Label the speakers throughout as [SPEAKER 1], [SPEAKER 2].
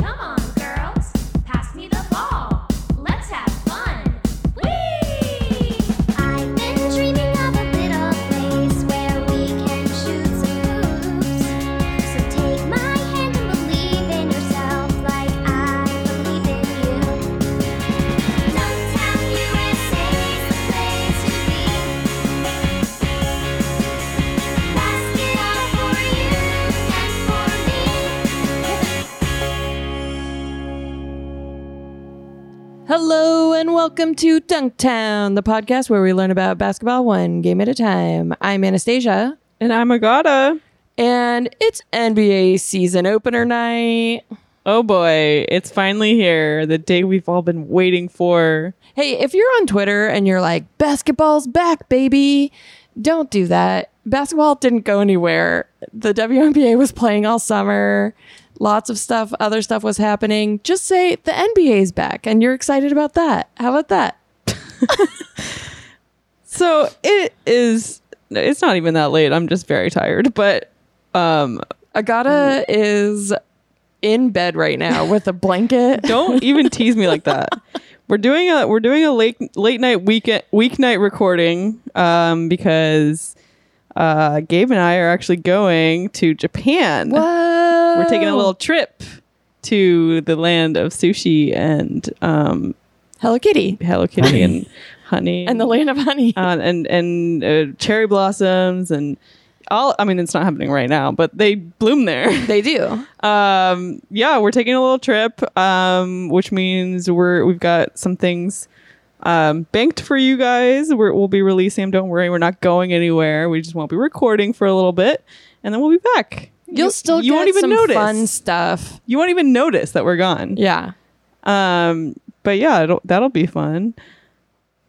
[SPEAKER 1] Come on, girls, pass me the ball. Let's have fun. Whee! I've been dreaming of a little place where we can shoot some hoops. So take my hand and believe in yourself like I believe in you. Downtown USA is the place to be. Basketball for you and for me.
[SPEAKER 2] Hello and welcome to Dunktown, the podcast where we learn about basketball one game at a time. I'm Anastasia,
[SPEAKER 3] And I'm Agata.
[SPEAKER 2] and it's NBA season opener night.
[SPEAKER 3] Oh boy, it's finally here. The day we've all been waiting for.
[SPEAKER 2] Hey, if you're on Twitter and you're like, basketball's back, baby, don't do that. Basketball didn't go anywhere. The WNBA was playing all summer. Lots of stuff, other stuff was happening. Just say the NBA's back and you're excited about that. How about that?
[SPEAKER 3] So it is it's not even that late. I'm just very tired. But um
[SPEAKER 2] Agata is in bed right now with a blanket.
[SPEAKER 3] don't even tease me like that. We're doing a we're doing a late late night weekend weeknight recording um because uh Gabe and I are actually going to Japan. We're taking a little trip to the land of sushi and um
[SPEAKER 2] Hello Kitty Um,
[SPEAKER 3] Hello Kitty and honey
[SPEAKER 2] and the land of honey.
[SPEAKER 3] uh, and and uh, cherry blossoms and all. I mean, it's not happening right now, but they bloom there.
[SPEAKER 2] they do.
[SPEAKER 3] um, yeah, we're taking a little trip, um, which means we're we've got some things um, banked for you guys. We're, we'll be releasing them. Don't worry, we're not going anywhere. We just won't be recording for a little bit, and then we'll be back.
[SPEAKER 2] You'll still
[SPEAKER 3] you
[SPEAKER 2] get
[SPEAKER 3] won't even
[SPEAKER 2] some
[SPEAKER 3] notice.
[SPEAKER 2] fun stuff.
[SPEAKER 3] You won't even notice that we're gone.
[SPEAKER 2] Yeah.
[SPEAKER 3] Um, but yeah, it'll, that'll be fun.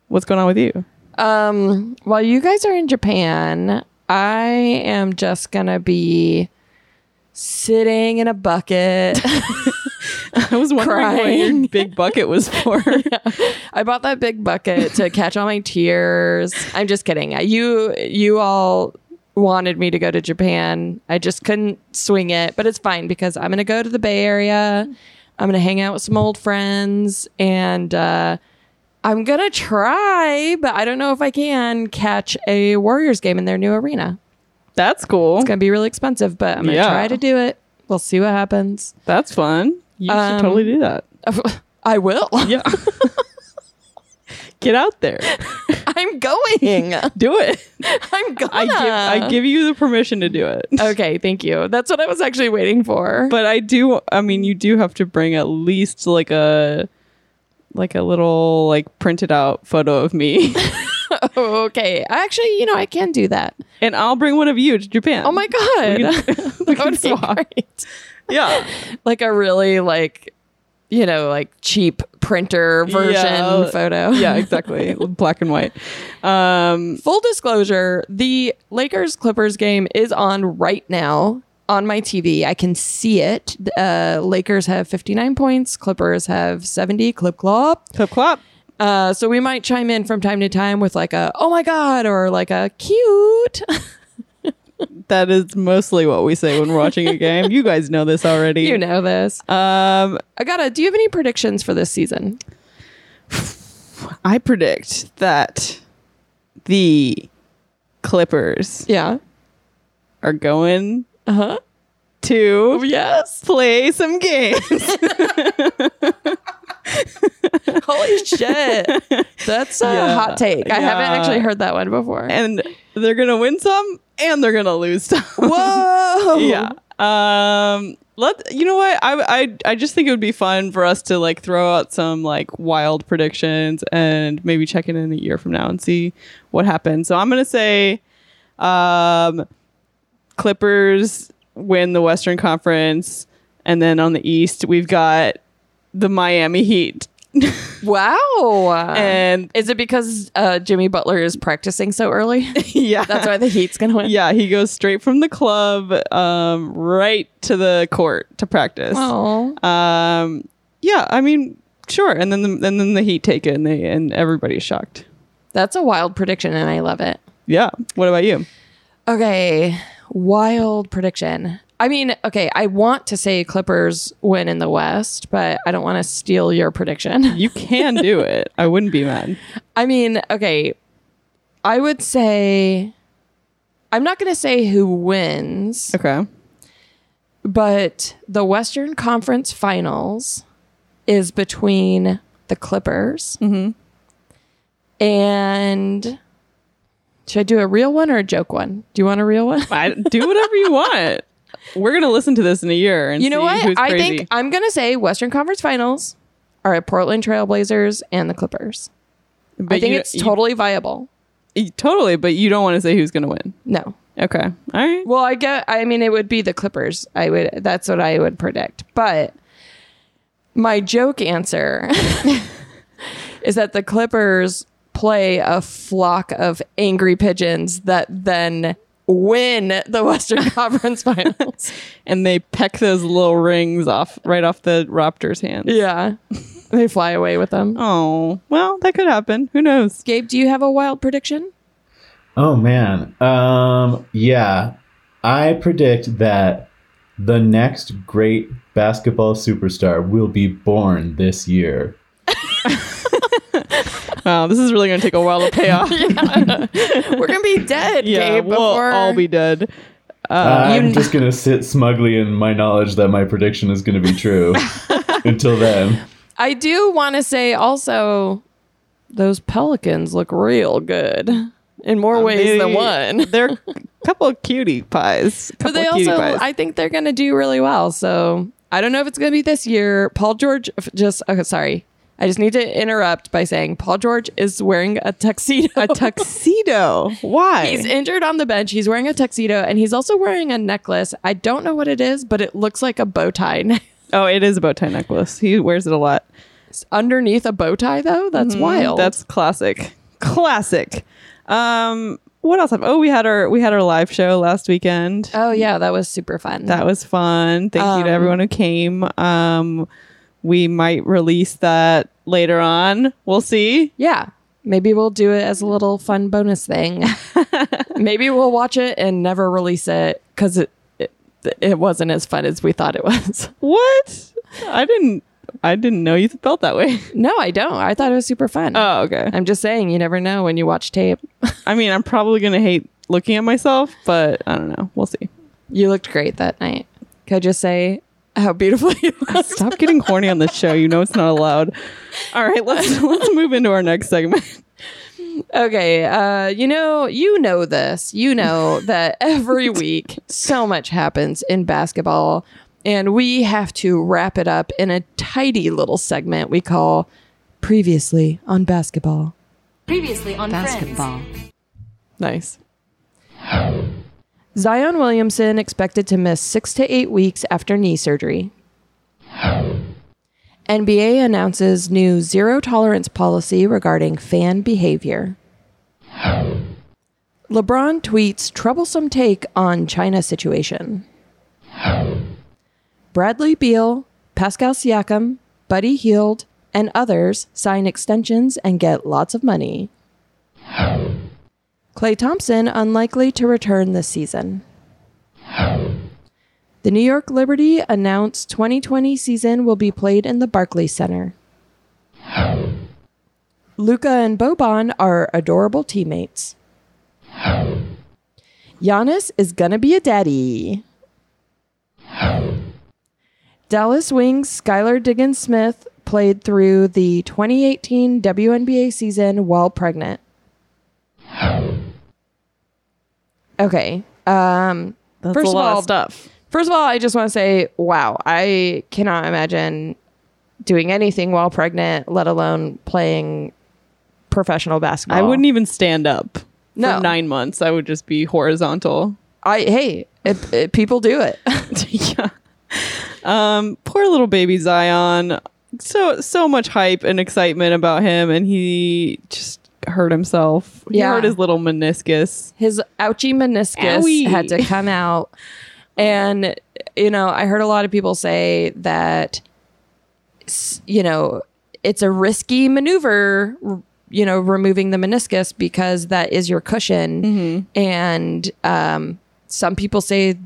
[SPEAKER 3] What's going on with you?
[SPEAKER 2] Um, while you guys are in Japan, I am just gonna be sitting in a bucket.
[SPEAKER 3] I was wondering what
[SPEAKER 2] Crying.
[SPEAKER 3] your big bucket was for.
[SPEAKER 2] I bought that big bucket to catch all my tears. I'm just kidding. You you all wanted me to go to Japan. I just couldn't swing it, but it's fine because I'm going to go to the Bay Area. I'm going to hang out with some old friends and uh I'm going to try, but I don't know if I can catch a Warriors game in their new arena.
[SPEAKER 3] That's cool.
[SPEAKER 2] It's going to be really expensive, but I'm going to
[SPEAKER 3] Yeah.
[SPEAKER 2] try to do it. We'll see what happens.
[SPEAKER 3] That's fun. You
[SPEAKER 2] Um,
[SPEAKER 3] should totally do that.
[SPEAKER 2] I will.
[SPEAKER 3] Yeah. Get out there.
[SPEAKER 2] I'm going.
[SPEAKER 3] Do it.
[SPEAKER 2] I'm going.
[SPEAKER 3] I give I give you the permission to do it.
[SPEAKER 2] Okay, thank you. That's what I was actually waiting for.
[SPEAKER 3] But I do I mean you do have to bring at least like a like a little like printed out photo of me.
[SPEAKER 2] oh, okay, actually, you know, I can do that.
[SPEAKER 3] and I'll bring one of you to Japan.
[SPEAKER 2] Oh my
[SPEAKER 3] We
[SPEAKER 2] god,
[SPEAKER 3] can- we
[SPEAKER 2] that
[SPEAKER 3] can
[SPEAKER 2] would be
[SPEAKER 3] swap.
[SPEAKER 2] great.
[SPEAKER 3] Yeah.
[SPEAKER 2] Like a really like, you know, like cheap printer version
[SPEAKER 3] Yeah.
[SPEAKER 2] photo.
[SPEAKER 3] Yeah, exactly. Black and white. Um
[SPEAKER 2] Full disclosure: the Lakers Clippers game is on right now on my TV. I can see it. Uh, Lakers have 59 points. Clippers have 70. Clip clop.
[SPEAKER 3] clip clop.
[SPEAKER 2] Uh, so we might chime in from time to time with like a oh my god or like a cute.
[SPEAKER 3] That is mostly what we say when we're watching a game. You guys know this already.
[SPEAKER 2] you know this.
[SPEAKER 3] Um,
[SPEAKER 2] Agata, do you have any predictions for this season?
[SPEAKER 3] I predict that the Clippers
[SPEAKER 2] Yeah.
[SPEAKER 3] are going
[SPEAKER 2] Uh huh.
[SPEAKER 3] to
[SPEAKER 2] Yes.
[SPEAKER 3] play some games.
[SPEAKER 2] Holy shit. That's a
[SPEAKER 3] Yeah.
[SPEAKER 2] hot take. I
[SPEAKER 3] Yeah.
[SPEAKER 2] haven't actually heard that one before.
[SPEAKER 3] and they're going to win some and they're going to lose some.
[SPEAKER 2] Whoa.
[SPEAKER 3] yeah. Um let you know what I, I I just think it would be fun for us to like throw out some like wild predictions and maybe check in in a year from now and see what happened. So I'm gonna say, um, Clippers win the Western Conference, and then on the East we've got the Miami Heat.
[SPEAKER 2] Wow.
[SPEAKER 3] And
[SPEAKER 2] is it because uh, Jimmy Butler is practicing so early?
[SPEAKER 3] yeah,
[SPEAKER 2] That's why the Heat's going to win.
[SPEAKER 3] yeah, he goes straight from the club um, right to the court to practice.
[SPEAKER 2] Oh.
[SPEAKER 3] Um, yeah, I mean, sure. And then the, and then the Heat take it, and they and everybody's shocked.
[SPEAKER 2] That's a wild prediction, and I love it.
[SPEAKER 3] Yeah. What about you?
[SPEAKER 2] Okay, wild prediction. I mean, okay, I want to say Clippers win in the West, but I don't want to steal your prediction.
[SPEAKER 3] You can do it. I wouldn't be mad.
[SPEAKER 2] I mean, okay, I would say I'm not going to say who wins,
[SPEAKER 3] Okay.
[SPEAKER 2] but the Western Conference Finals is between the Clippers
[SPEAKER 3] Mm-hmm.
[SPEAKER 2] and should I do a real one or a joke one? Do you want a real one?
[SPEAKER 3] I, do whatever you want. We're gonna listen to this in a year and
[SPEAKER 2] You know
[SPEAKER 3] see
[SPEAKER 2] what?
[SPEAKER 3] who's
[SPEAKER 2] I
[SPEAKER 3] crazy.
[SPEAKER 2] think I'm going to say Western Conference Finals are at Portland Trailblazers and the Clippers.
[SPEAKER 3] but
[SPEAKER 2] I think
[SPEAKER 3] you-
[SPEAKER 2] it's
[SPEAKER 3] you-
[SPEAKER 2] totally viable.
[SPEAKER 3] you- totally. But you don't want to say who's gonna win.
[SPEAKER 2] No.
[SPEAKER 3] Okay. All right.
[SPEAKER 2] Well, I get I mean it would be the Clippers. I would that's what I would predict. But my joke answer is that the Clippers play a flock of angry pigeons that then win the Western Conference Finals.
[SPEAKER 3] And they peck those little rings off right off the Raptors' hand.
[SPEAKER 2] Yeah. They fly away with them.
[SPEAKER 3] Oh well, that could happen. Who knows?
[SPEAKER 2] Gabe, do you have a wild prediction?
[SPEAKER 4] Oh man. Um yeah. I predict that the next great basketball superstar will be born this year.
[SPEAKER 3] Wow, this is really gonna take a while to pay off.
[SPEAKER 2] We're gonna be dead,
[SPEAKER 3] yeah,
[SPEAKER 2] Gabe,
[SPEAKER 3] we'll
[SPEAKER 2] before
[SPEAKER 3] all be dead.
[SPEAKER 4] I'm just going to sit smugly in my knowledge that my prediction is going to be true until then.
[SPEAKER 2] I do want to say also, those pelicans look real good in more ways than
[SPEAKER 3] Um, They-
[SPEAKER 2] one.
[SPEAKER 3] They're a couple of cutie pies.
[SPEAKER 2] But
[SPEAKER 3] Couple
[SPEAKER 2] they
[SPEAKER 3] of cutie
[SPEAKER 2] also,
[SPEAKER 3] pies.
[SPEAKER 2] I think they're going to do really well. So I don't know if it's going to be this year. Paul George f- just, okay, sorry. I just need to interrupt by saying Paul George is wearing a tuxedo.
[SPEAKER 3] a tuxedo. Why?
[SPEAKER 2] He's injured on the bench. He's wearing a tuxedo and he's also wearing a necklace. I don't know what it is, but it looks like a bow tie.
[SPEAKER 3] oh, it is a bow tie necklace. He wears it a lot.
[SPEAKER 2] Underneath a bow tie, though, that's wild.
[SPEAKER 3] Mm-hmm. That's classic. Classic. Um, what else? Have, oh, we had our we had our live show last weekend.
[SPEAKER 2] oh, yeah, that was super fun.
[SPEAKER 3] That was fun. Thank you to
[SPEAKER 2] Um,
[SPEAKER 3] everyone who came. Um, we might release that later on. We'll see.
[SPEAKER 2] Yeah. Maybe we'll do it as a little fun bonus thing. Maybe we'll watch it and never release it because it, it it wasn't as fun as we thought it was.
[SPEAKER 3] What? I didn't. I didn't know you felt that way.
[SPEAKER 2] No, I don't. I thought it was super fun.
[SPEAKER 3] Oh, okay.
[SPEAKER 2] I'm just saying, you never know when you watch tape.
[SPEAKER 3] I mean, I'm probably gonna hate looking at myself, but I don't know. We'll see.
[SPEAKER 2] You looked great that night. Could I just say how beautiful you looked?
[SPEAKER 3] Stop getting horny on this show. You know it's not allowed. All right, let's let's move into our next segment.
[SPEAKER 2] Okay, uh, you know, you know this. You know that every week so much happens in basketball, and we have to wrap it up in a tidy little segment we call "Previously on Basketball."
[SPEAKER 5] Previously on Friends.
[SPEAKER 6] Basketball.
[SPEAKER 2] Nice. Zion Williamson expected to miss six to eight weeks after knee surgery. NBA announces new zero tolerance policy regarding fan behavior. LeBron tweets troublesome take on China situation. Bradley Beal, Pascal Siakam, Buddy Heald, and others sign extensions and get lots of money. Clay Thompson unlikely to return this season. The New York Liberty announced 2020 season will be played in the Barclays Center. Luca and Boban are adorable teammates. Giannis is gonna be a daddy. Dallas Wings Skylar Diggins Smith played through the 2018 WNBA season while pregnant. Okay. Um,
[SPEAKER 3] That's
[SPEAKER 2] First
[SPEAKER 3] a
[SPEAKER 2] of
[SPEAKER 3] lot
[SPEAKER 2] all-
[SPEAKER 3] of stuff.
[SPEAKER 2] First of all, I just want to say, wow, I cannot imagine doing anything while pregnant, let alone playing professional basketball.
[SPEAKER 3] I wouldn't e- even stand up
[SPEAKER 2] No.
[SPEAKER 3] for nine months. I would just be horizontal.
[SPEAKER 2] I hey, if, if people do it.
[SPEAKER 3] yeah. Um, poor little baby Zion. So so much hype and excitement about him, and he just hurt himself. He
[SPEAKER 2] Yeah.
[SPEAKER 3] hurt his little meniscus.
[SPEAKER 2] His ouchie meniscus
[SPEAKER 3] Owie.
[SPEAKER 2] had to come out, and you know, I heard a lot of people say that, s- you know, it's a risky maneuver. r- You know, removing the meniscus because that is your cushion, and um, some people say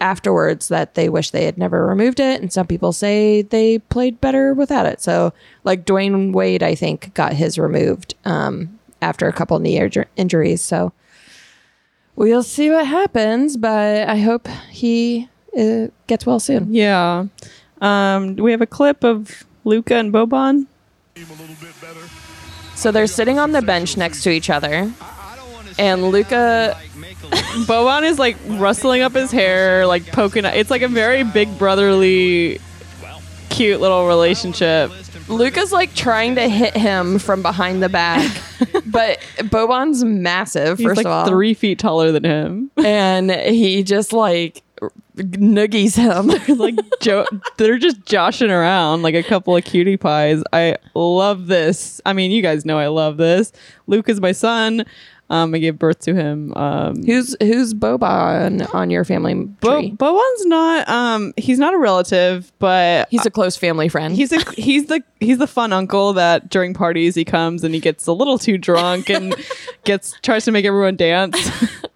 [SPEAKER 2] afterwards that they wish they had never removed it. And some people say they played better without it. So, like Dwayne Wade, I think, got his removed um, after a couple knee inju- injuries. So, we'll see what happens, but I hope he uh, gets well soon.
[SPEAKER 3] Yeah. Um, do we have a clip of Luca and Boban?
[SPEAKER 2] So, they're sitting on the bench next to each other. And Luca
[SPEAKER 3] Boban is like rustling up his hair, like poking. It's like a very big brotherly, cute little relationship.
[SPEAKER 2] Luca's like trying to hit him from behind the back, but Boban's massive,
[SPEAKER 3] He's
[SPEAKER 2] first
[SPEAKER 3] like
[SPEAKER 2] of all.
[SPEAKER 3] three feet taller than him.
[SPEAKER 2] And he just like noogies him.
[SPEAKER 3] like jo- they're just joshing around like a couple of cutie pies. I love this. I mean, you guys know I love this. Luke is my son. Um, I gave birth to him. Um,
[SPEAKER 2] who's who's Boban on your family
[SPEAKER 3] Bo-
[SPEAKER 2] tree?
[SPEAKER 3] Boban's not. Um, he's not a relative, but
[SPEAKER 2] he's a close family friend.
[SPEAKER 3] He's a he's the he's the fun uncle that during parties he comes and he gets a little too drunk and gets tries to make everyone dance.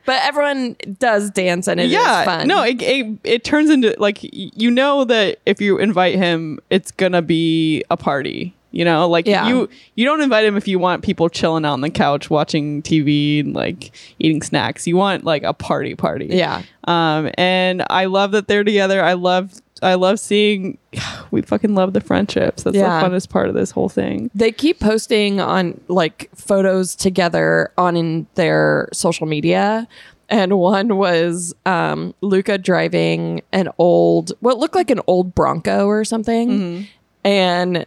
[SPEAKER 2] but everyone does dance and it is
[SPEAKER 3] yeah,
[SPEAKER 2] fun.
[SPEAKER 3] no, it, it it turns into like y- you know that if you invite him, it's gonna be a party. You know, like
[SPEAKER 2] Yeah.
[SPEAKER 3] you you don't invite him if you want people chilling out on the couch watching TV and like eating snacks. You want like a party party.
[SPEAKER 2] Yeah.
[SPEAKER 3] Um, and I love that they're together. I love I love seeing we fucking love the friendships. That's
[SPEAKER 2] Yeah.
[SPEAKER 3] the funnest part of this whole thing.
[SPEAKER 2] they keep posting on like photos together on in their social media and one was um luca driving an old what looked like an old bronco or something and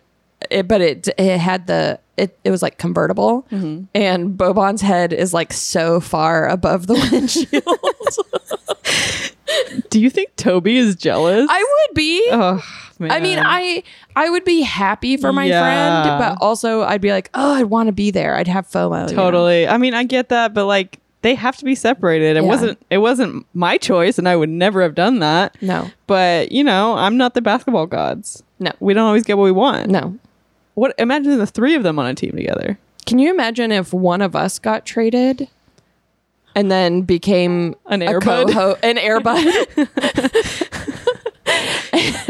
[SPEAKER 2] it but it it had the it, it was like convertible and Boban's head is like so far above the windshield.
[SPEAKER 3] Do you think Toby is jealous?
[SPEAKER 2] I would be.
[SPEAKER 3] oh, man.
[SPEAKER 2] I mean, I I would be happy for my
[SPEAKER 3] Yeah.
[SPEAKER 2] friend, but also I'd be like, oh, I'd want to be there. I'd have FOMO. you know?
[SPEAKER 3] totally. I mean, I get that, but like they have to be separated. It
[SPEAKER 2] Yeah.
[SPEAKER 3] wasn't it wasn't my choice, and I would never have done that.
[SPEAKER 2] No.
[SPEAKER 3] But you know, I'm not the basketball gods.
[SPEAKER 2] No.
[SPEAKER 3] We don't always get what we want.
[SPEAKER 2] No.
[SPEAKER 3] What? Imagine the three of them on a team together.
[SPEAKER 2] Can you imagine if one of us got traded and then became
[SPEAKER 3] An
[SPEAKER 2] a
[SPEAKER 3] Airbud.
[SPEAKER 2] coho- an airbud?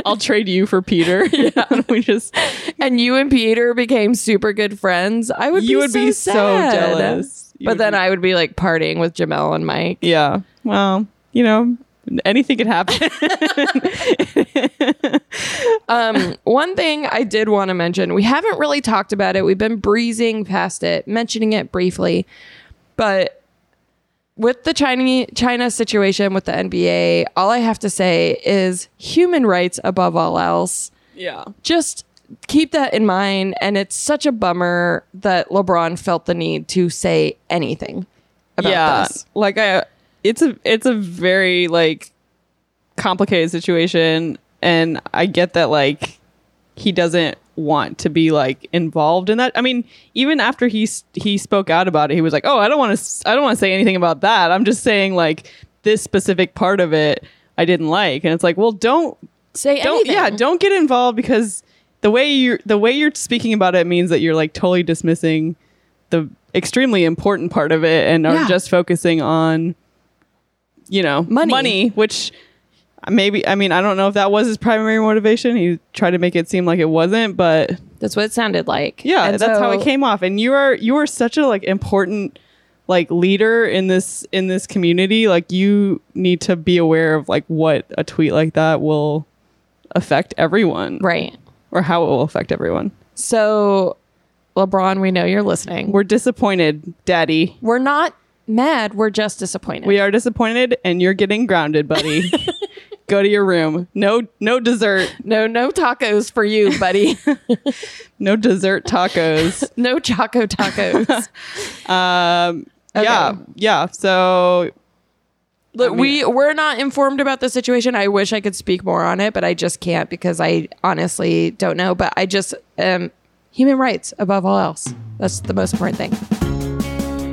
[SPEAKER 3] I'll trade you for Peter. yeah. we just
[SPEAKER 2] and you and Peter became super good friends? I would
[SPEAKER 3] You
[SPEAKER 2] be
[SPEAKER 3] would
[SPEAKER 2] so
[SPEAKER 3] be so
[SPEAKER 2] sad.
[SPEAKER 3] jealous. You
[SPEAKER 2] but
[SPEAKER 3] would
[SPEAKER 2] then
[SPEAKER 3] be-
[SPEAKER 2] I would be like partying with Jamel and Mike.
[SPEAKER 3] yeah. Well, you know, anything could happen.
[SPEAKER 2] Um, one thing I did want to mention, we haven't really talked about it. We've been breezing past it, mentioning it briefly, but with the China China situation with the NBA, all I have to say is human rights above all else.
[SPEAKER 3] yeah.
[SPEAKER 2] Just keep that in mind. And it's such a bummer that LeBron felt the need to say anything about this.
[SPEAKER 3] Like I it's a it's a very like complicated situation and I get that like he doesn't want to be like involved in that. I mean, even after he s- he spoke out about it, he was like, "Oh, I don't want to I don't want to say anything about that. I'm just saying like this specific part of it I didn't like." And it's like, "Well, don't
[SPEAKER 2] Say
[SPEAKER 3] don't
[SPEAKER 2] anything.
[SPEAKER 3] yeah don't get involved because the way you the way you're speaking about it means that you're like totally dismissing the extremely important part of it and
[SPEAKER 2] Yeah.
[SPEAKER 3] are just focusing on you know
[SPEAKER 2] Money.
[SPEAKER 3] which maybe i mean i don't know if that was his primary motivation he tried to make it seem like it wasn't but
[SPEAKER 2] That's what it sounded like.
[SPEAKER 3] yeah
[SPEAKER 2] And
[SPEAKER 3] that's how
[SPEAKER 2] so-
[SPEAKER 3] it came off and you are you are such a like important like leader in this in this community like you need to be aware of like what a tweet like that will affect everyone
[SPEAKER 2] Right.
[SPEAKER 3] or how it will affect everyone
[SPEAKER 2] So, LeBron, we know you're listening.
[SPEAKER 3] we're disappointed daddy
[SPEAKER 2] We're not mad. We're just disappointed.
[SPEAKER 3] we are disappointed and you're getting grounded buddy go to your room no no dessert
[SPEAKER 2] no, no tacos for you, buddy.
[SPEAKER 3] no dessert tacos
[SPEAKER 2] no choco tacos.
[SPEAKER 3] um
[SPEAKER 2] Okay.
[SPEAKER 3] yeah yeah so
[SPEAKER 2] Look, we we're not informed about the situation. I wish I could speak more on it, but I just can't because I honestly don't know. But I just um, human rights above all else. That's the most important thing.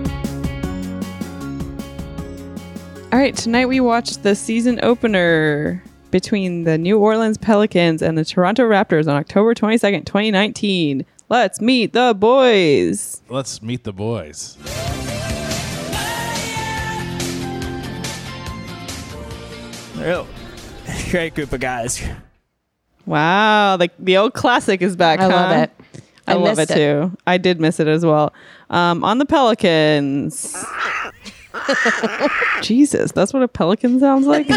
[SPEAKER 3] All right, tonight we watched the season opener between the New Orleans Pelicans and the Toronto Raptors on October 22nd, 2019. Let's meet the boys.
[SPEAKER 5] Let's meet the boys. They're, Great group of guys.
[SPEAKER 3] Wow, the the old classic is back.
[SPEAKER 2] I love
[SPEAKER 3] huh?
[SPEAKER 2] it.
[SPEAKER 3] I, love it,
[SPEAKER 2] missed
[SPEAKER 3] too. I did miss it as well. Um, on the pelicans. Jesus, that's what a pelican sounds like.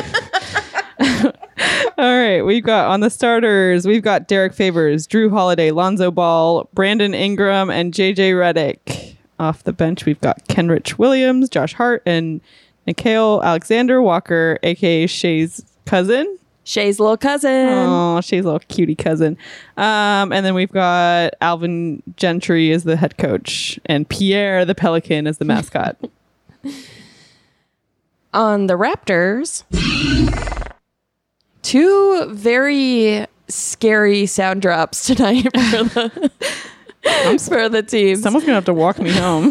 [SPEAKER 3] All right, we've got on the starters. We've got Derek Favors, Drew Holiday, Lonzo Ball, Brandon Ingram, and JJ Redick. Off the bench, we've got Kenrich Williams, Josh Hart, and Nikhil Alexander Walker, aka Shay's cousin.
[SPEAKER 2] Shay's little cousin.
[SPEAKER 3] Oh, she's a little cutie cousin. Um, and then we've got Alvin Gentry as the head coach, and Pierre the Pelican as the mascot.
[SPEAKER 2] on the Raptors. Two very scary sound drops tonight for the, for the team.
[SPEAKER 3] Someone's gonna have to walk me home.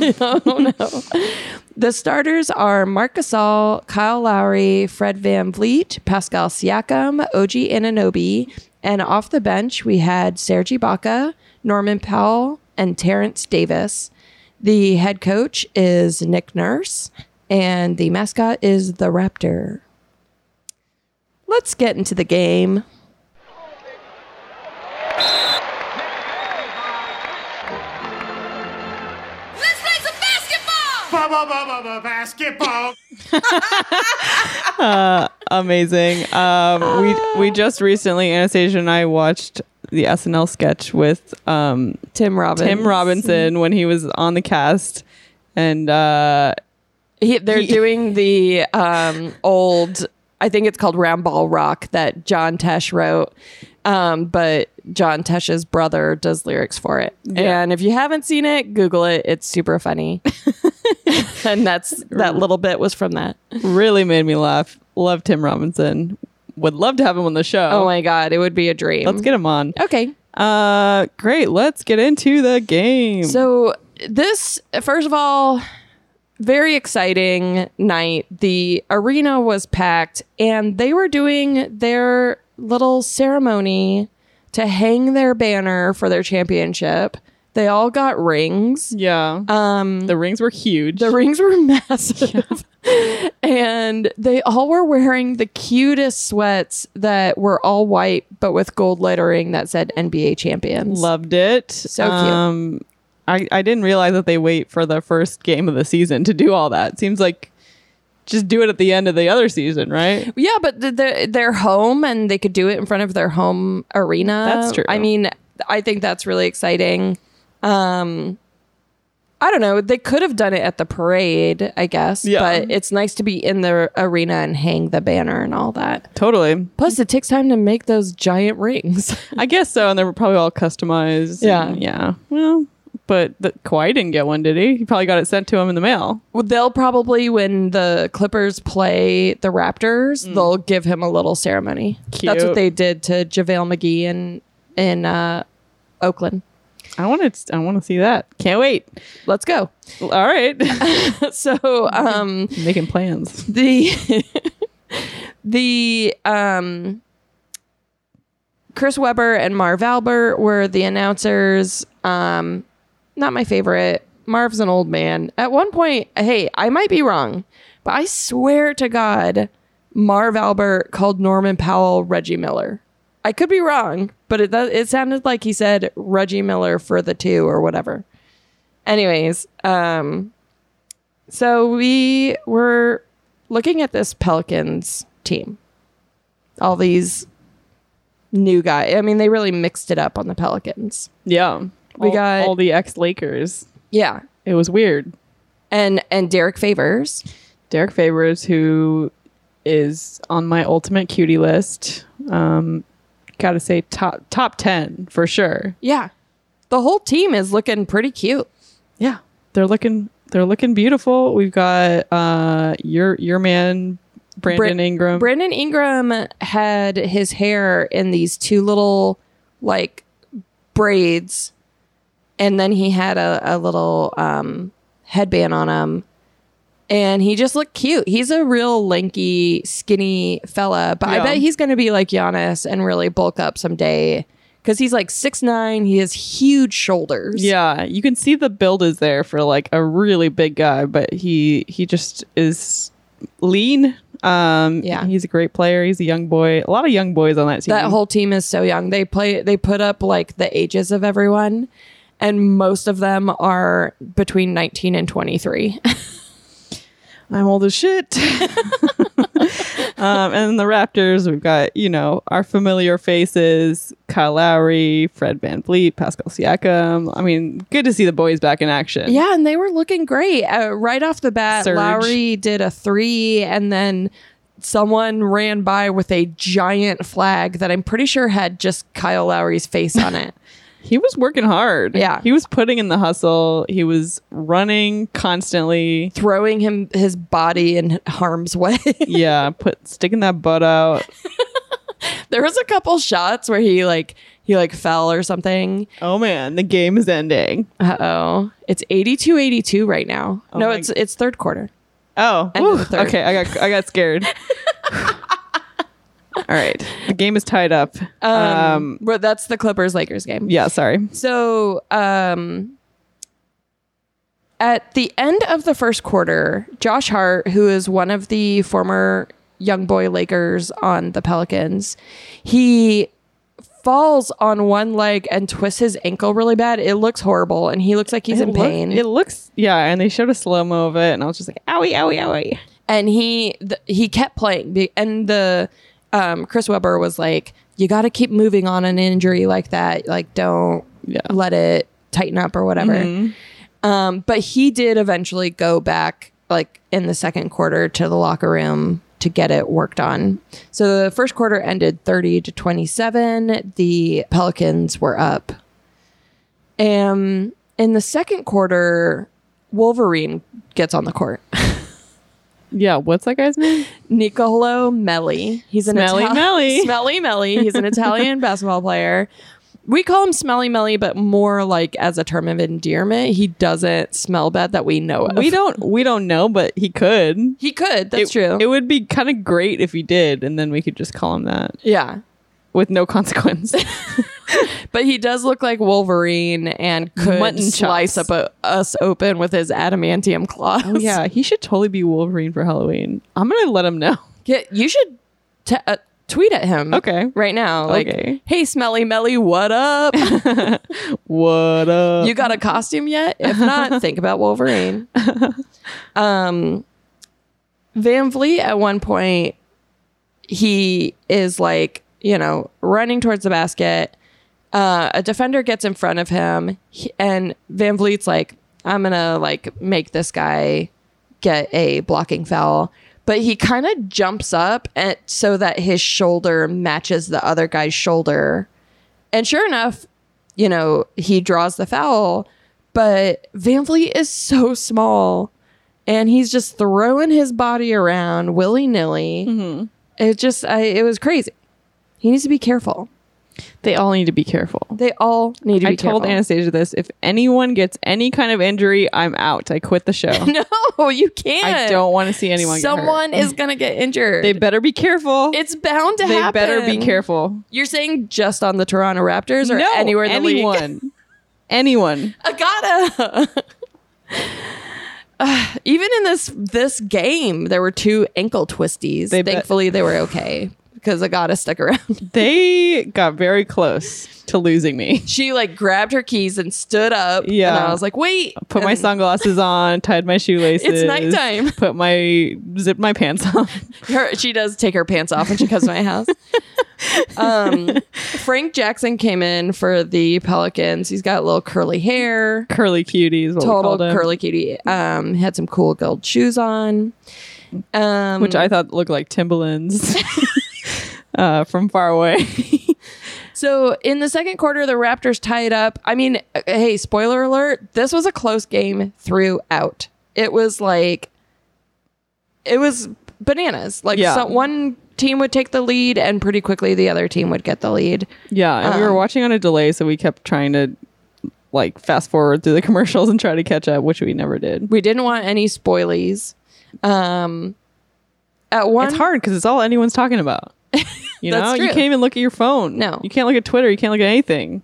[SPEAKER 2] The starters are Marc Gasol, Kyle Lowry, Fred Van Vliet, Pascal Siakam, OG Ananobi, and off the bench we had Serge Ibaka, Norman Powell, and Terrence Davis. The head coach is Nick Nurse, and the mascot is the Raptor. Let's get into the game.
[SPEAKER 1] Let's play some basketball!
[SPEAKER 6] Basketball.
[SPEAKER 3] Amazing. Um, we we just recently Anastasia and I watched the SNL sketch with um,
[SPEAKER 2] Tim Robbins.
[SPEAKER 3] Tim Robinson when he was on the cast, and uh,
[SPEAKER 2] He, they're doing the um, old, I think it's called Round Ball Rock that John Tesh wrote. Um, but John Tesh's brother does lyrics for it. And if you haven't seen it, Google it. It's super funny. and that's that little bit was from that.
[SPEAKER 3] really made me laugh. Love Tim Robinson. Would love to have him on the show.
[SPEAKER 2] Oh my God, it would be a dream.
[SPEAKER 3] Let's get him on.
[SPEAKER 2] Okay.
[SPEAKER 3] Uh, great. Let's get into the game.
[SPEAKER 2] So this, first of all, very exciting night. The arena was packed, and they were doing their little ceremony to hang their banner for their championship. They all got rings.
[SPEAKER 3] yeah,
[SPEAKER 2] Um,
[SPEAKER 3] the rings were huge.
[SPEAKER 2] the rings were massive. and they all were wearing the cutest sweats that were all white, but with gold lettering that said NBA champions.
[SPEAKER 3] Loved it. So
[SPEAKER 2] cute.
[SPEAKER 3] Um, I I didn't realize that they wait for the first game of the season to do all that. Seems like just do it at the end of the other season, right?
[SPEAKER 2] Yeah, but th- they're, they're home and they could do it in front of their home arena.
[SPEAKER 3] That's true.
[SPEAKER 2] I mean, I think that's really exciting. Um, I don't know. They could have done it at the parade, I guess.
[SPEAKER 3] Yeah.
[SPEAKER 2] But it's nice to be in the arena and hang the banner and all that.
[SPEAKER 3] Totally.
[SPEAKER 2] Plus, it takes time to make those giant rings.
[SPEAKER 3] I guess so. And they were probably all customized.
[SPEAKER 2] Yeah.
[SPEAKER 3] and- yeah. Well, but the, Kawhi didn't get one, did he? He probably got it sent to him in the mail.
[SPEAKER 2] Well, they'll probably, when the Clippers play the Raptors, they'll give him a little ceremony. That's
[SPEAKER 3] Mm. Cute.
[SPEAKER 2] what they did to JaVale McGee in, in uh, Oakland.
[SPEAKER 3] I want to. I want to see that. Can't wait.
[SPEAKER 2] Let's go.
[SPEAKER 3] All right.
[SPEAKER 2] So um,
[SPEAKER 3] Making plans.
[SPEAKER 2] the the um, Chris Webber and Marv Albert were the announcers. Um, not my favorite. Marv's an old man. At one point, hey, I might be wrong, but I swear to God, Marv Albert called Norman Powell Reggie Miller. I could be wrong, but it it sounded like he said Reggie Miller for the two or whatever. Anyways, um, so we were looking at this Pelicans team. All these new guys. I mean, they really mixed it up on the Pelicans.
[SPEAKER 3] Yeah.
[SPEAKER 2] We
[SPEAKER 3] All-
[SPEAKER 2] got-
[SPEAKER 3] all the ex Lakers.
[SPEAKER 2] Yeah.
[SPEAKER 3] It was weird.
[SPEAKER 2] And and Derek Favors.
[SPEAKER 3] Derek Favors, who is on my ultimate cutie list, um, gotta say top top ten for sure.
[SPEAKER 2] Yeah. The whole team is looking pretty cute.
[SPEAKER 3] Yeah. They're looking they're looking beautiful. We've got uh your your man Brandon
[SPEAKER 2] Bra-
[SPEAKER 3] Ingram.
[SPEAKER 2] Brandon Ingram had his hair in these two little like braids, and then he had a, a little um, headband on him, and he just looked cute. He's a real lanky, skinny fella, but I
[SPEAKER 3] Yeah.
[SPEAKER 2] bet he's going to be like Giannis and really bulk up someday because he's like six nine. He has huge shoulders.
[SPEAKER 3] yeah, you can see the build is there for like a really big guy, but he he just is lean Um,
[SPEAKER 2] Yeah.
[SPEAKER 3] he's a great player. He's a young boy. A lot of young boys on that team.
[SPEAKER 2] That whole team is so young. They play they put up like the ages of everyone and most of them are between 19 and 23.
[SPEAKER 3] I'm old as shit. um, and the Raptors, we've got, you know, our familiar faces Kyle Lowry, Fred Van Vliet, Pascal Siakam. I mean, good to see the boys back in action.
[SPEAKER 2] yeah, and they were looking great. Uh, right off the bat,
[SPEAKER 3] Surge.
[SPEAKER 2] Lowry did a 3 and then someone ran by with a giant flag that I'm pretty sure had just Kyle Lowry's face on it.
[SPEAKER 3] He was working hard.
[SPEAKER 2] Yeah.
[SPEAKER 3] He was putting in the hustle, he was running constantly.
[SPEAKER 2] throwing him his body in harm's way.
[SPEAKER 3] Yeah, put sticking that butt out.
[SPEAKER 2] there was a couple shots where he like he like fell or something.
[SPEAKER 3] Oh man, the game is ending.
[SPEAKER 2] Uh oh. It's 82-82 right now. no,
[SPEAKER 3] Oh my-
[SPEAKER 2] it's it's third quarter.
[SPEAKER 3] Oh,
[SPEAKER 2] End of
[SPEAKER 3] whew.
[SPEAKER 2] the third.
[SPEAKER 3] okay. I got I got scared. All right, the game is tied up.
[SPEAKER 2] Um,
[SPEAKER 3] um
[SPEAKER 2] but that's the Clippers Lakers game.
[SPEAKER 3] yeah, sorry.
[SPEAKER 2] So um at the end of the first quarter, Josh Hart, who is one of the former young boy Lakers on the Pelicans, he falls on one leg and twists his ankle really bad. It looks horrible and he looks like he's in
[SPEAKER 3] It look-
[SPEAKER 2] pain.
[SPEAKER 3] it looks, yeah. And they showed a slow mo of it, and I was just like, owie, owie, owie.
[SPEAKER 2] and he th- he kept playing Be- and the um, Chris Webber was like you got to keep moving on an injury like that like don't
[SPEAKER 3] Yeah.
[SPEAKER 2] let it tighten up or whatever um, but he did eventually go back like in the second quarter to the locker room to get it worked on so the first quarter ended 30 to 27 the pelicans were up and in the second quarter wolverine gets on the court
[SPEAKER 3] Yeah. What's that guy's name?
[SPEAKER 2] Niccolo Melli. He's an
[SPEAKER 3] Smelly
[SPEAKER 2] Itali-
[SPEAKER 3] Melli.
[SPEAKER 2] Smelly Melli. He's an Italian basketball player. We call him Smelly Melli, but more like as a term of endearment. He doesn't smell bad that we know of.
[SPEAKER 3] we don't, we don't know, but he could.
[SPEAKER 2] He could. That's
[SPEAKER 3] it,
[SPEAKER 2] true.
[SPEAKER 3] It would be kind of great if he did, and then we could just call him that
[SPEAKER 2] yeah,
[SPEAKER 3] with no consequence.
[SPEAKER 2] but he does look like Wolverine and could
[SPEAKER 3] Mutton chops.
[SPEAKER 2] slice up a, us open with his adamantium claws.
[SPEAKER 3] oh yeah, he should totally be Wolverine for Halloween. I'm gonna let him know.
[SPEAKER 2] Yeah, you should t- uh, tweet at him.
[SPEAKER 3] Okay.
[SPEAKER 2] Right now, like,
[SPEAKER 3] Okay.
[SPEAKER 2] hey, Smelly Melly, what up?
[SPEAKER 3] What up?
[SPEAKER 2] you got a costume yet? If not, think about Wolverine. Um, Van Vliet at one point, he is like, you know, running towards the basket. Uh, a defender gets in front of him, he- and Van Vliet's like, I'm gonna like make this guy get a blocking foul. But he kind of jumps up and so that his shoulder matches the other guy's shoulder. And sure enough, you know, he draws the foul, but Van Vliet is so small and he's just throwing his body around willy nilly.
[SPEAKER 3] Mm-hmm.
[SPEAKER 2] It just, I, it was crazy. He needs to be careful.
[SPEAKER 3] they all need to be careful.
[SPEAKER 2] They all need to be
[SPEAKER 3] I told
[SPEAKER 2] careful.
[SPEAKER 3] Anastasia this. If anyone gets any kind of injury, I'm out. I quit the show.
[SPEAKER 2] no, you can't.
[SPEAKER 3] I don't want to see anyone. get hurt.
[SPEAKER 2] Someone is going to get injured.
[SPEAKER 3] They better be careful.
[SPEAKER 2] it's bound to
[SPEAKER 3] they
[SPEAKER 2] happen.
[SPEAKER 3] better be careful.
[SPEAKER 2] You're saying just on the Toronto Raptors or anywhere in the league?
[SPEAKER 3] anyone. anyone.
[SPEAKER 2] Agata. Uh, even in this this game, there were two ankle twisties.
[SPEAKER 3] They bet-
[SPEAKER 2] Thankfully, they were okay because Agata stuck around.
[SPEAKER 3] They got very close to losing me.
[SPEAKER 2] she like grabbed her keys and stood up.
[SPEAKER 3] Yeah.
[SPEAKER 2] and I was like, "Wait,
[SPEAKER 3] Put my
[SPEAKER 2] And
[SPEAKER 3] sunglasses on, tied my shoelaces.
[SPEAKER 2] It's nighttime.
[SPEAKER 3] Put my zip my pants on.
[SPEAKER 2] her- she does take her pants off when she comes to my house. um, Frank Jackson came in for the Pelicans. He's got little curly hair.
[SPEAKER 3] Curly cuties. What we
[SPEAKER 2] Total
[SPEAKER 3] called 'em,
[SPEAKER 2] curly cutie. Um, had some cool gold shoes on. Um,
[SPEAKER 3] which I thought looked like Timberlands uh, from far away.
[SPEAKER 2] So in the second quarter, the Raptors tie it up. I mean, uh, hey, spoiler alert, this was a close game throughout. It was like, it was bananas. Like,
[SPEAKER 3] Yeah.
[SPEAKER 2] so one team would take the lead, and pretty quickly the other team would get the lead.
[SPEAKER 3] Yeah, and we were
[SPEAKER 2] Um,
[SPEAKER 3] watching on a delay, so we kept trying to like fast forward through the commercials and try to catch up, which we never did.
[SPEAKER 2] We didn't want any spoilies. Um, at one,
[SPEAKER 3] It's hard because it's all anyone's talking about. You
[SPEAKER 2] That's
[SPEAKER 3] know,
[SPEAKER 2] true.
[SPEAKER 3] you can't even look at your phone.
[SPEAKER 2] No.
[SPEAKER 3] you can't look at Twitter. You can't look at anything.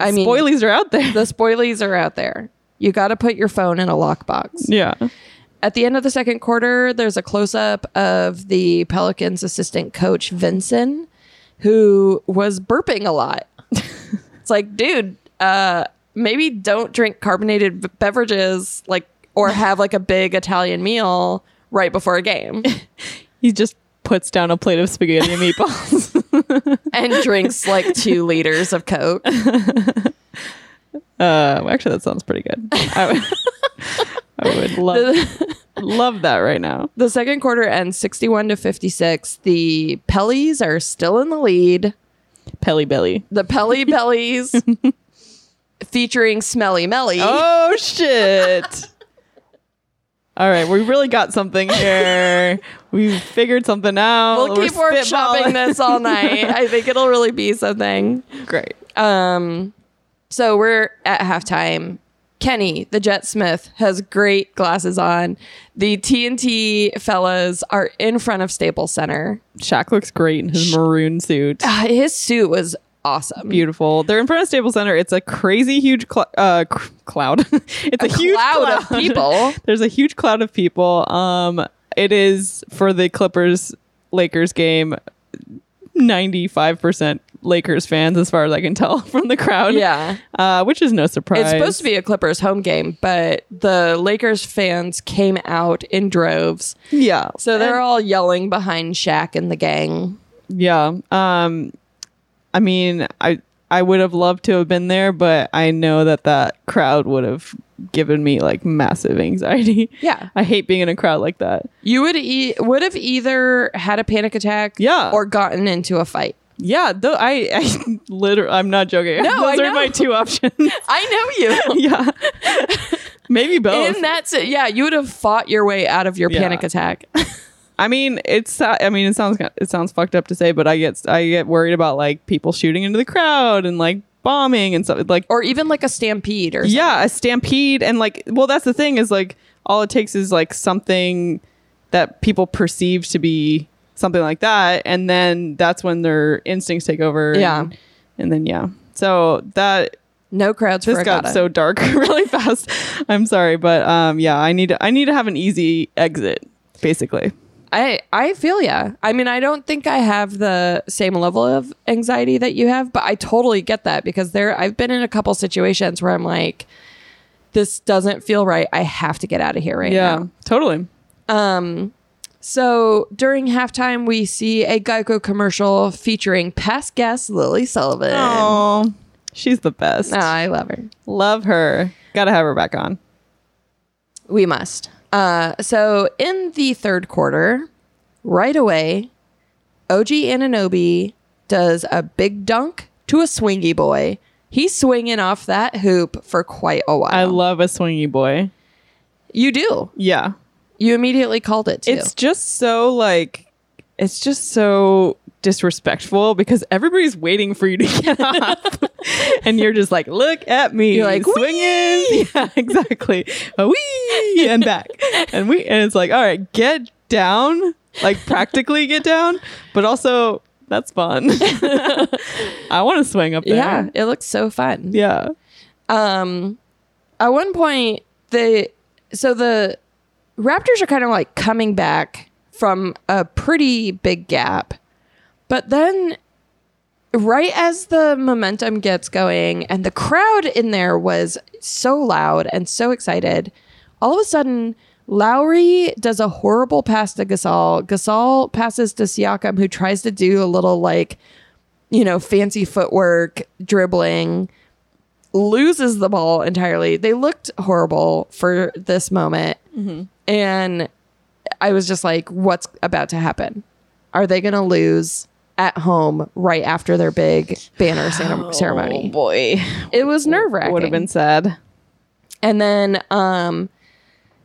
[SPEAKER 2] I mean,
[SPEAKER 3] Spoilies are out there.
[SPEAKER 2] the spoilies are out there. You got to put your phone in a lockbox.
[SPEAKER 3] yeah,
[SPEAKER 2] At the end of the second quarter, there's a close up of the Pelicans assistant coach, Vincent, who was burping a lot. it's like, dude, uh, maybe don't drink carbonated b- beverages like or have like a big Italian meal right before a game
[SPEAKER 3] He just puts down a plate of spaghetti and meatballs.
[SPEAKER 2] and drinks like two liters of Coke.
[SPEAKER 3] uh, actually, that sounds pretty good. I would- I would love love that right now.
[SPEAKER 2] The second quarter ends 61 to 56. The Pellies are still in the lead.
[SPEAKER 3] Pelly belly.
[SPEAKER 2] The Pelly Pellies featuring Smelly Melly.
[SPEAKER 3] Oh shit. All right, we really got something here. We figured something out.
[SPEAKER 2] we'll
[SPEAKER 3] We're
[SPEAKER 2] keep workshopping
[SPEAKER 3] spitballing.
[SPEAKER 2] this all night. I think it'll really be something.
[SPEAKER 3] Great.
[SPEAKER 2] Um, so we're at halftime. Kenny, the Jet Smith, has great glasses on. The TNT fellas are in front of Staples Center.
[SPEAKER 3] Shaq looks great in his maroon suit.
[SPEAKER 2] Ah, His suit was awesome.
[SPEAKER 3] Beautiful. They're in front of Staples Center. It's a crazy huge cl- uh, cr- cloud. it's a, huge
[SPEAKER 2] cloud of people.
[SPEAKER 3] There's a huge cloud of people. Um, it is for the Clippers Lakers game. Ninety-five percent Lakers fans, as far as I can tell from the crowd.
[SPEAKER 2] Yeah.
[SPEAKER 3] uh, which is no surprise.
[SPEAKER 2] It's supposed to be a Clippers home game, but the Lakers fans came out in droves.
[SPEAKER 3] yeah.
[SPEAKER 2] So they're all yelling behind Shaq and the gang.
[SPEAKER 3] Yeah. Um I mean, I I would have loved to have been there, but I know that that crowd would have given me like massive anxiety.
[SPEAKER 2] Yeah.
[SPEAKER 3] I hate being in a crowd like that.
[SPEAKER 2] You would e- would have either had a panic attack
[SPEAKER 3] Yeah.
[SPEAKER 2] or gotten into a fight.
[SPEAKER 3] Yeah, though I, I literally I'm not
[SPEAKER 2] No,
[SPEAKER 3] joking. Those
[SPEAKER 2] I
[SPEAKER 3] are
[SPEAKER 2] know.
[SPEAKER 3] my two options.
[SPEAKER 2] I know you.
[SPEAKER 3] yeah. Maybe both.
[SPEAKER 2] In that, si- yeah, you would have fought your way out of your
[SPEAKER 3] Yeah.
[SPEAKER 2] panic attack.
[SPEAKER 3] I mean, it's I mean, it sounds it sounds fucked up to say, but I get I get worried about like people shooting into the crowd and like bombing and stuff like
[SPEAKER 2] or even like a stampede or
[SPEAKER 3] yeah a stampede and like well that's the thing is like all it takes is like something that people perceive to be something like that and then that's when their instincts take over and-
[SPEAKER 2] Yeah.
[SPEAKER 3] and, then yeah so that
[SPEAKER 2] no crowds
[SPEAKER 3] this
[SPEAKER 2] for
[SPEAKER 3] got
[SPEAKER 2] Agata.
[SPEAKER 3] so dark really fast i'm sorry but um yeah i need to i need to have an easy exit basically
[SPEAKER 2] I I feel yeah. I mean, I don't think I have the same level of anxiety that you have, but I totally get that because there I've been in a couple situations where I'm like this doesn't feel right. I have to get out of here right
[SPEAKER 3] yeah
[SPEAKER 2] now.
[SPEAKER 3] totally
[SPEAKER 2] So, during halftime we see a Geico commercial featuring past guest Lily Sullivan.
[SPEAKER 3] oh she's the best
[SPEAKER 2] Ah, I love her.
[SPEAKER 3] love her gotta have her back on
[SPEAKER 2] We must. Uh, so in the third quarter, right away, OG Ananobi does a big dunk to a swingy boy. He's swinging off that hoop for quite a while.
[SPEAKER 3] i love a swingy boy
[SPEAKER 2] you do.
[SPEAKER 3] yeah
[SPEAKER 2] You immediately called it too.
[SPEAKER 3] It's just so like it's just so disrespectful because everybody's waiting for you to get off and you're just like look at me
[SPEAKER 2] You're like,
[SPEAKER 3] swinging yeah exactly a wee and back and we and it's like all right get down like practically get down but also that's fun i want to swing up there
[SPEAKER 2] yeah, it looks so fun.
[SPEAKER 3] yeah
[SPEAKER 2] um at one point the so the raptors are kind of like coming back from a pretty big gap but then right as the momentum gets going and the crowd in there was so loud and so excited all of a sudden Lowry does a horrible pass to Gasol. Gasol passes to Siakam, who tries to do a little like, you know, fancy footwork dribbling loses the ball entirely. They looked horrible for this moment.
[SPEAKER 3] Mm-hmm.
[SPEAKER 2] And I was just like, what's about to happen? Are they going to lose at home right after their big banner cere- ceremony?
[SPEAKER 3] boy
[SPEAKER 2] It was nerve wracking.
[SPEAKER 3] would have been sad
[SPEAKER 2] And then, um,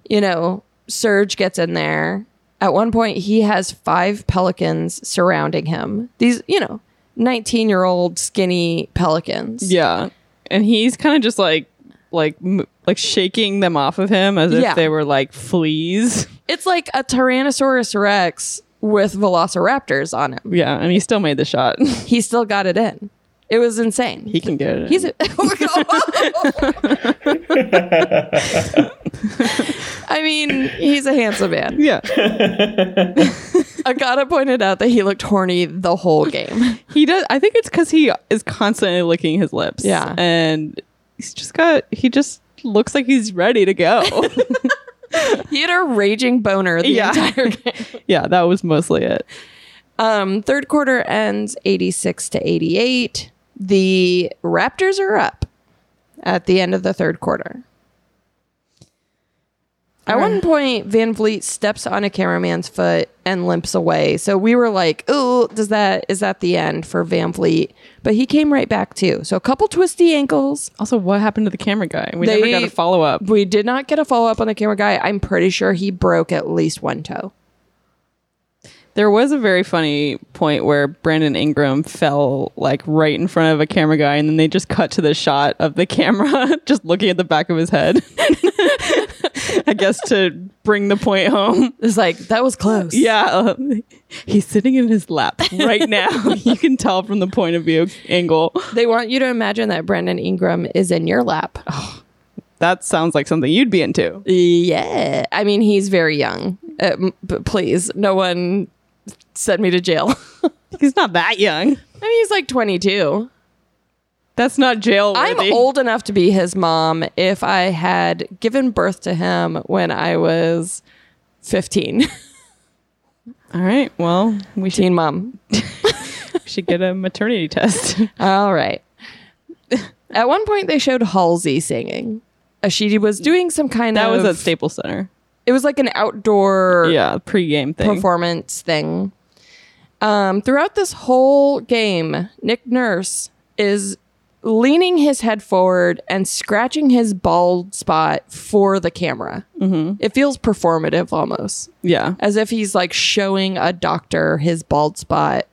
[SPEAKER 2] you know, Serge gets in there. At one point, he has five pelicans surrounding him. These, you know, 19 year old skinny pelicans.
[SPEAKER 3] Yeah, and he's kind of just like like m- like shaking them off of him as
[SPEAKER 2] Yeah.
[SPEAKER 3] if they were like fleas.
[SPEAKER 2] It's like a Tyrannosaurus Rex with velociraptors on him.
[SPEAKER 3] Yeah, and he still made the shot.
[SPEAKER 2] He still got it in. It was insane. Oh
[SPEAKER 3] he can get it.
[SPEAKER 2] He's a, I I mean, he's a handsome man.
[SPEAKER 3] Yeah.
[SPEAKER 2] Agata pointed out that he looked horny the whole game.
[SPEAKER 3] He does. I think it's because he is constantly licking his lips.
[SPEAKER 2] Yeah.
[SPEAKER 3] And he's just got, he just looks like he's ready to go.
[SPEAKER 2] He had a raging boner the
[SPEAKER 3] Yeah.
[SPEAKER 2] entire game.
[SPEAKER 3] yeah, that was mostly it.
[SPEAKER 2] Um, third quarter ends 86 to 88. The Raptors are up at the end of the third quarter. At one point, Van Vliet steps on a cameraman's foot and limps away. So we were like, "Oh, does that is that the end for Van Vliet?" But he came right back too. So a couple twisty ankles.
[SPEAKER 3] Also, what happened to the camera guy? We
[SPEAKER 2] They-
[SPEAKER 3] never got a follow up.
[SPEAKER 2] We did not get a follow up on the camera guy. I'm pretty sure he broke at least one toe.
[SPEAKER 3] There was a very funny point where Brandon Ingram fell like right in front of a camera guy, and then they just cut to the shot of the camera just looking at the back of his head. I guess to bring the point home.
[SPEAKER 2] It's like that was close.
[SPEAKER 3] Yeah, uh, he's sitting in his lap right now. you can tell from the point of view angle.
[SPEAKER 2] They want you to imagine that Brandon Ingram is in your lap.
[SPEAKER 3] Oh. That sounds like something you'd be into.
[SPEAKER 2] Yeah. I mean, he's very young. Um, but please, no one send me to jail.
[SPEAKER 3] He's not that young.
[SPEAKER 2] I mean, he's like 22.
[SPEAKER 3] That's not jail.
[SPEAKER 2] I'm old enough to be his mom if I had given birth to him when I was 15.
[SPEAKER 3] All right. Well, we should,
[SPEAKER 2] Teen mom.
[SPEAKER 3] should get a maternity test.
[SPEAKER 2] All right. At one point, they showed Halsey singing. Uh, She was doing some kind
[SPEAKER 3] that
[SPEAKER 2] of.
[SPEAKER 3] was at Staples Center.
[SPEAKER 2] it was like an outdoor.
[SPEAKER 3] Yeah, pregame thing.
[SPEAKER 2] performance thing. Um, throughout this whole game, Nick Nurse is leaning his head forward and scratching his bald spot for the camera. Mm-hmm. It feels performative almost,
[SPEAKER 3] yeah.
[SPEAKER 2] as if he's like showing a doctor his bald spot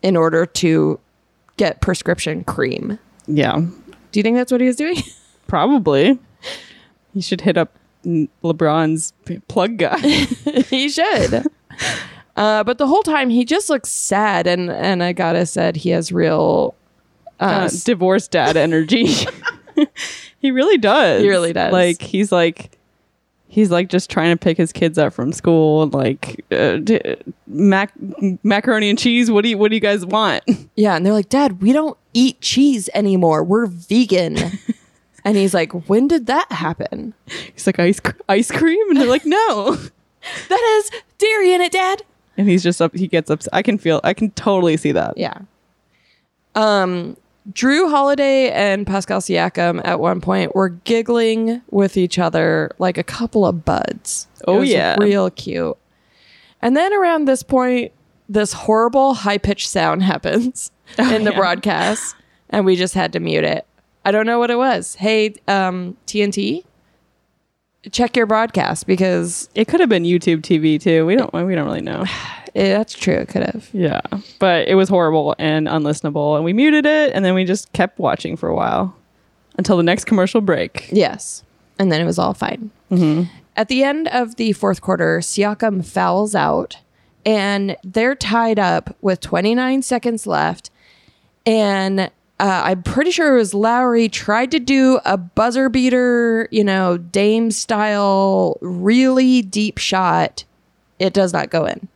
[SPEAKER 2] in order to get prescription cream.
[SPEAKER 3] Yeah,
[SPEAKER 2] Do you think that's what he was doing?
[SPEAKER 3] probably. You should hit up n- LeBron's p- plug guy.
[SPEAKER 2] he should. Uh, but the whole time he just looks sad, and and I gotta said he has real
[SPEAKER 3] Uh,
[SPEAKER 2] uh,
[SPEAKER 3] divorce dad energy. he really does.
[SPEAKER 2] He really does.
[SPEAKER 3] Like he's like he's like just trying to pick his kids up from school and like uh, d- mac- macaroni and cheese. What do you What do you guys want?
[SPEAKER 2] Yeah, and they're like, "Dad, we don't eat cheese anymore. We're vegan." and he's like, "When did that happen?"
[SPEAKER 3] He's like ice cr- ice cream, and they're like no.
[SPEAKER 2] That is dairy in it, Dad.
[SPEAKER 3] And he's just up. He gets up. I can feel. I can totally see that.
[SPEAKER 2] Yeah. Um, Drew Holiday and Pascal Siakam at one point were giggling with each other like a couple of buds. It
[SPEAKER 3] Oh,
[SPEAKER 2] was
[SPEAKER 3] yeah.
[SPEAKER 2] real cute. And then around this point, this horrible high pitched sound happens in the
[SPEAKER 3] Oh, yeah.
[SPEAKER 2] broadcast, and we just had to mute it. I don't know what it was. Hey, um, TNT, check your broadcast because
[SPEAKER 3] It could have been YouTube TV too. We don't. We don't really know.
[SPEAKER 2] eh, that's true. It could have.
[SPEAKER 3] Yeah, but it was horrible and unlistenable, and we muted it, and then we just kept watching for a while until the next commercial break.
[SPEAKER 2] Yes. And then it was all fine. At the end of the fourth quarter, Siakam fouls out and they're tied up with 29 seconds left. And uh, I'm pretty sure it was Lowry tried to do a buzzer beater, you know, Dame style, really deep shot. It does not go in.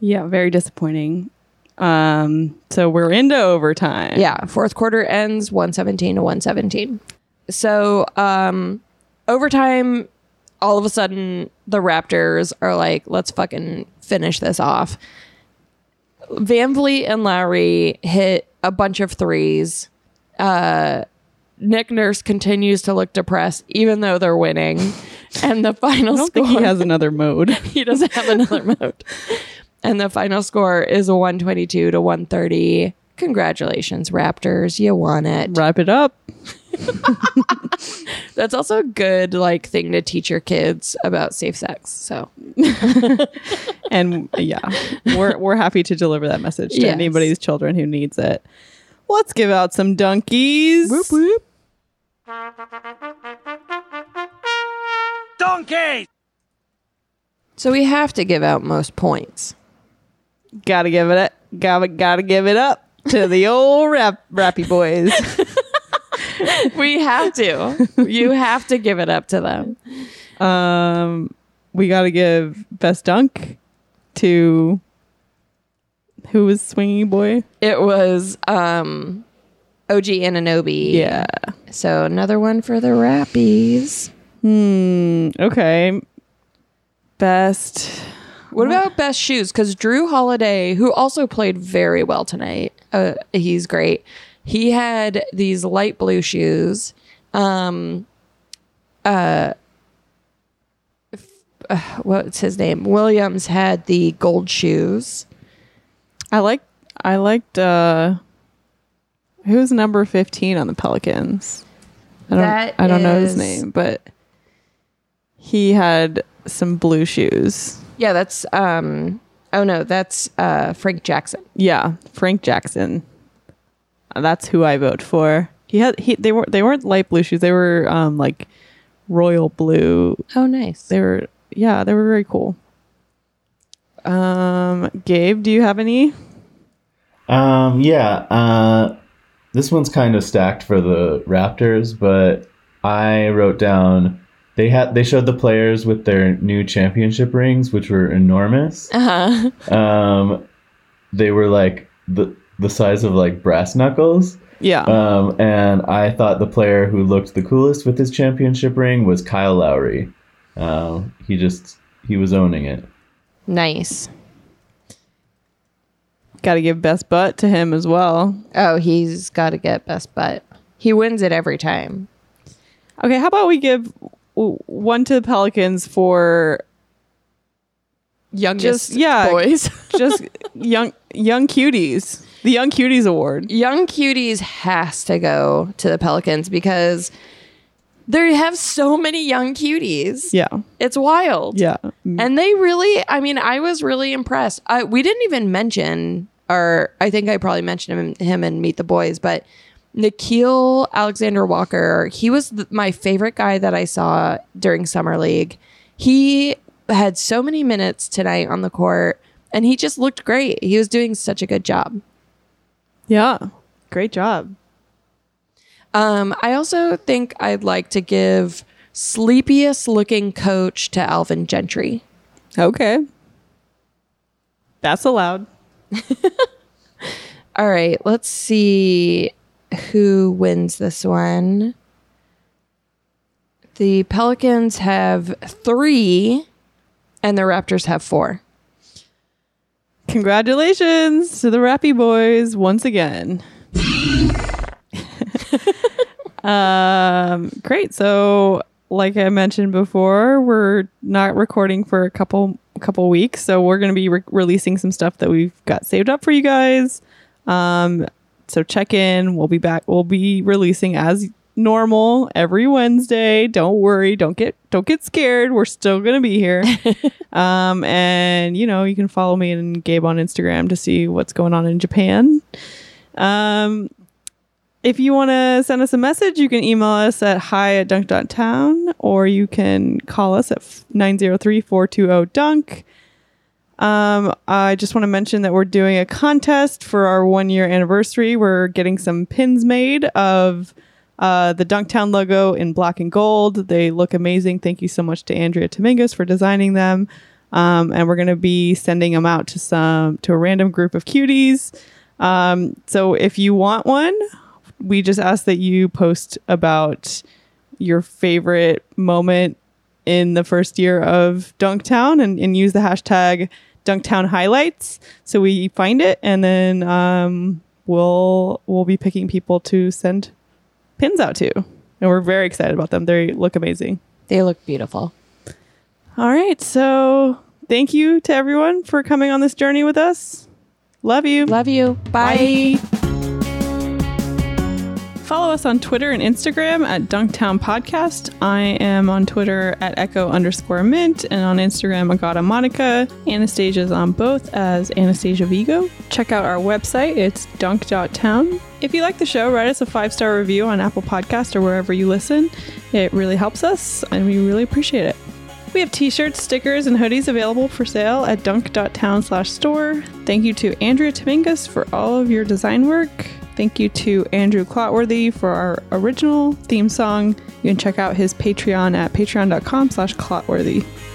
[SPEAKER 3] Yeah, very disappointing. Um, so we're into overtime.
[SPEAKER 2] Yeah, fourth quarter ends 117 to 117. So, um overtime all of a sudden the Raptors are like, let's fucking finish this off. Van Vliet and Lowry hit a bunch of threes. Uh Nick Nurse continues to look depressed even though they're winning. And the final
[SPEAKER 3] I don't
[SPEAKER 2] score
[SPEAKER 3] think he has another mode.
[SPEAKER 2] he doesn't have another mode. And the final score is a 122 to 130. Congratulations, Raptors. You won it.
[SPEAKER 3] Wrap it up.
[SPEAKER 2] That's also a good like thing to teach your kids about safe sex. So
[SPEAKER 3] and yeah, we're we're happy to deliver that message to
[SPEAKER 2] Yes.
[SPEAKER 3] anybody's children who needs it. Let's give out some donkeys.
[SPEAKER 6] Donkey!
[SPEAKER 2] so we have to give out most points.
[SPEAKER 3] Gotta give it up. Gotta gotta give it up to the old rap rappy boys.
[SPEAKER 2] We have to. you have to give it up to them.
[SPEAKER 3] Um, we got to give best dunk to who was swingy boy?
[SPEAKER 2] It was um, OG Ananobi.
[SPEAKER 3] Yeah.
[SPEAKER 2] So another one for the Rappies.
[SPEAKER 3] Hmm. Okay. Best.
[SPEAKER 2] What about best shoes? Because Drew Holiday, who also played very well tonight, uh, he's great. He had these light blue shoes. Um, uh, f- uh, what's his name? Williams had the gold shoes.
[SPEAKER 3] I liked. I liked. uh Who's number fifteen on the Pelicans? I don't.
[SPEAKER 2] That
[SPEAKER 3] I don't know his
[SPEAKER 2] is-
[SPEAKER 3] name, but he had some blue shoes.
[SPEAKER 2] Yeah, that's um. Oh no, that's uh Frank Jackson.
[SPEAKER 3] Yeah, Frank Jackson. That's who I vote for. He had he they weren't they weren't light blue shoes. They were um like royal blue.
[SPEAKER 2] Oh, nice.
[SPEAKER 3] They were yeah, they were very cool. Um Gabe, do you have any?
[SPEAKER 4] Um, yeah, uh, this one's kind of stacked for the Raptors, but I wrote down they had they showed the players with their new championship rings, which were enormous.
[SPEAKER 2] Uh-huh.
[SPEAKER 4] Um, they were like the the size of like brass knuckles.
[SPEAKER 3] Yeah.
[SPEAKER 4] Um, and I thought the player who looked the coolest with his championship ring was Kyle Lowry. Um, he just he was owning it.
[SPEAKER 2] Nice.
[SPEAKER 3] Got to give best butt to him as well.
[SPEAKER 2] Oh, he's got to get best butt. He wins it every time.
[SPEAKER 3] Okay, how about we give w- one to the Pelicans for
[SPEAKER 2] Youngest
[SPEAKER 3] Just- yeah.
[SPEAKER 2] boys.
[SPEAKER 3] just young young cuties. The young cuties award.
[SPEAKER 2] Young Cuties has to go to the Pelicans because they have so many young cuties.
[SPEAKER 3] Yeah.
[SPEAKER 2] It's wild.
[SPEAKER 3] Yeah.
[SPEAKER 2] And they really, I mean, I was really impressed. I, we didn't even mention, or I think I probably mentioned him, him and Meet the Boys, but Nikhil Alexander Walker, he was th- my favorite guy that I saw during Summer League. He had so many minutes tonight on the court and he just looked great. He was doing such a good job.
[SPEAKER 3] Yeah. Great job.
[SPEAKER 2] Um, I also think I'd like to give sleepiest looking coach to Alvin Gentry.
[SPEAKER 3] Okay. That's allowed.
[SPEAKER 2] All right, let's see who wins this one. The Pelicans have three, and the Raptors have four.
[SPEAKER 3] Congratulations to the Rappy Boys once again. um, great. So, like I mentioned before, we're not recording for a couple couple weeks, so we're going to be re- releasing some stuff that we've got saved up for you guys. Um, so check in. We'll be back. We'll be releasing as normal every Wednesday. Don't worry. Don't get don't get scared. We're still going to be here. Um, and you know, you can follow me and Gabe on Instagram to see what's going on in Japan. Um, if you want to send us a message, you can email us at hi at dunk.town or you can call us at 903 420 dunk. Um, I just want to mention that we're doing a contest for our one year anniversary. We're getting some pins made of uh, the Dunktown logo in black and gold. They look amazing. Thank you so much to Andrea Tomingus for designing them. Um, and we're going to be sending them out to some to a random group of cuties. Um, so if you want one, we just ask that you post about your favorite moment in the first year of Dunktown and, and use the hashtag Dunktown highlights so we find it and then um, we'll we'll be picking people to send pins out to and we're very excited about them they look amazing
[SPEAKER 2] They look beautiful.
[SPEAKER 3] all right so thank you to everyone for coming on this journey with us love you
[SPEAKER 2] Love you. Bye.
[SPEAKER 3] Follow us on Twitter and Instagram at Dunktown Podcast. I am on Twitter at Echo underscore Mint and on Instagram Agata Monica. Anastasia's on both as Anastasia Vigo. Check out our website, it's dunk.town. If you like the show, write us a five star review on Apple Podcast or wherever you listen. It really helps us and we really appreciate it. We have t-shirts, stickers, and hoodies available for sale at dunk.town slash store. Thank you to Andrea Tomingus for all of your design work. Thank you to Andrew Clotworthy for our original theme song. You can check out his Patreon at patreon.com slash clotworthy.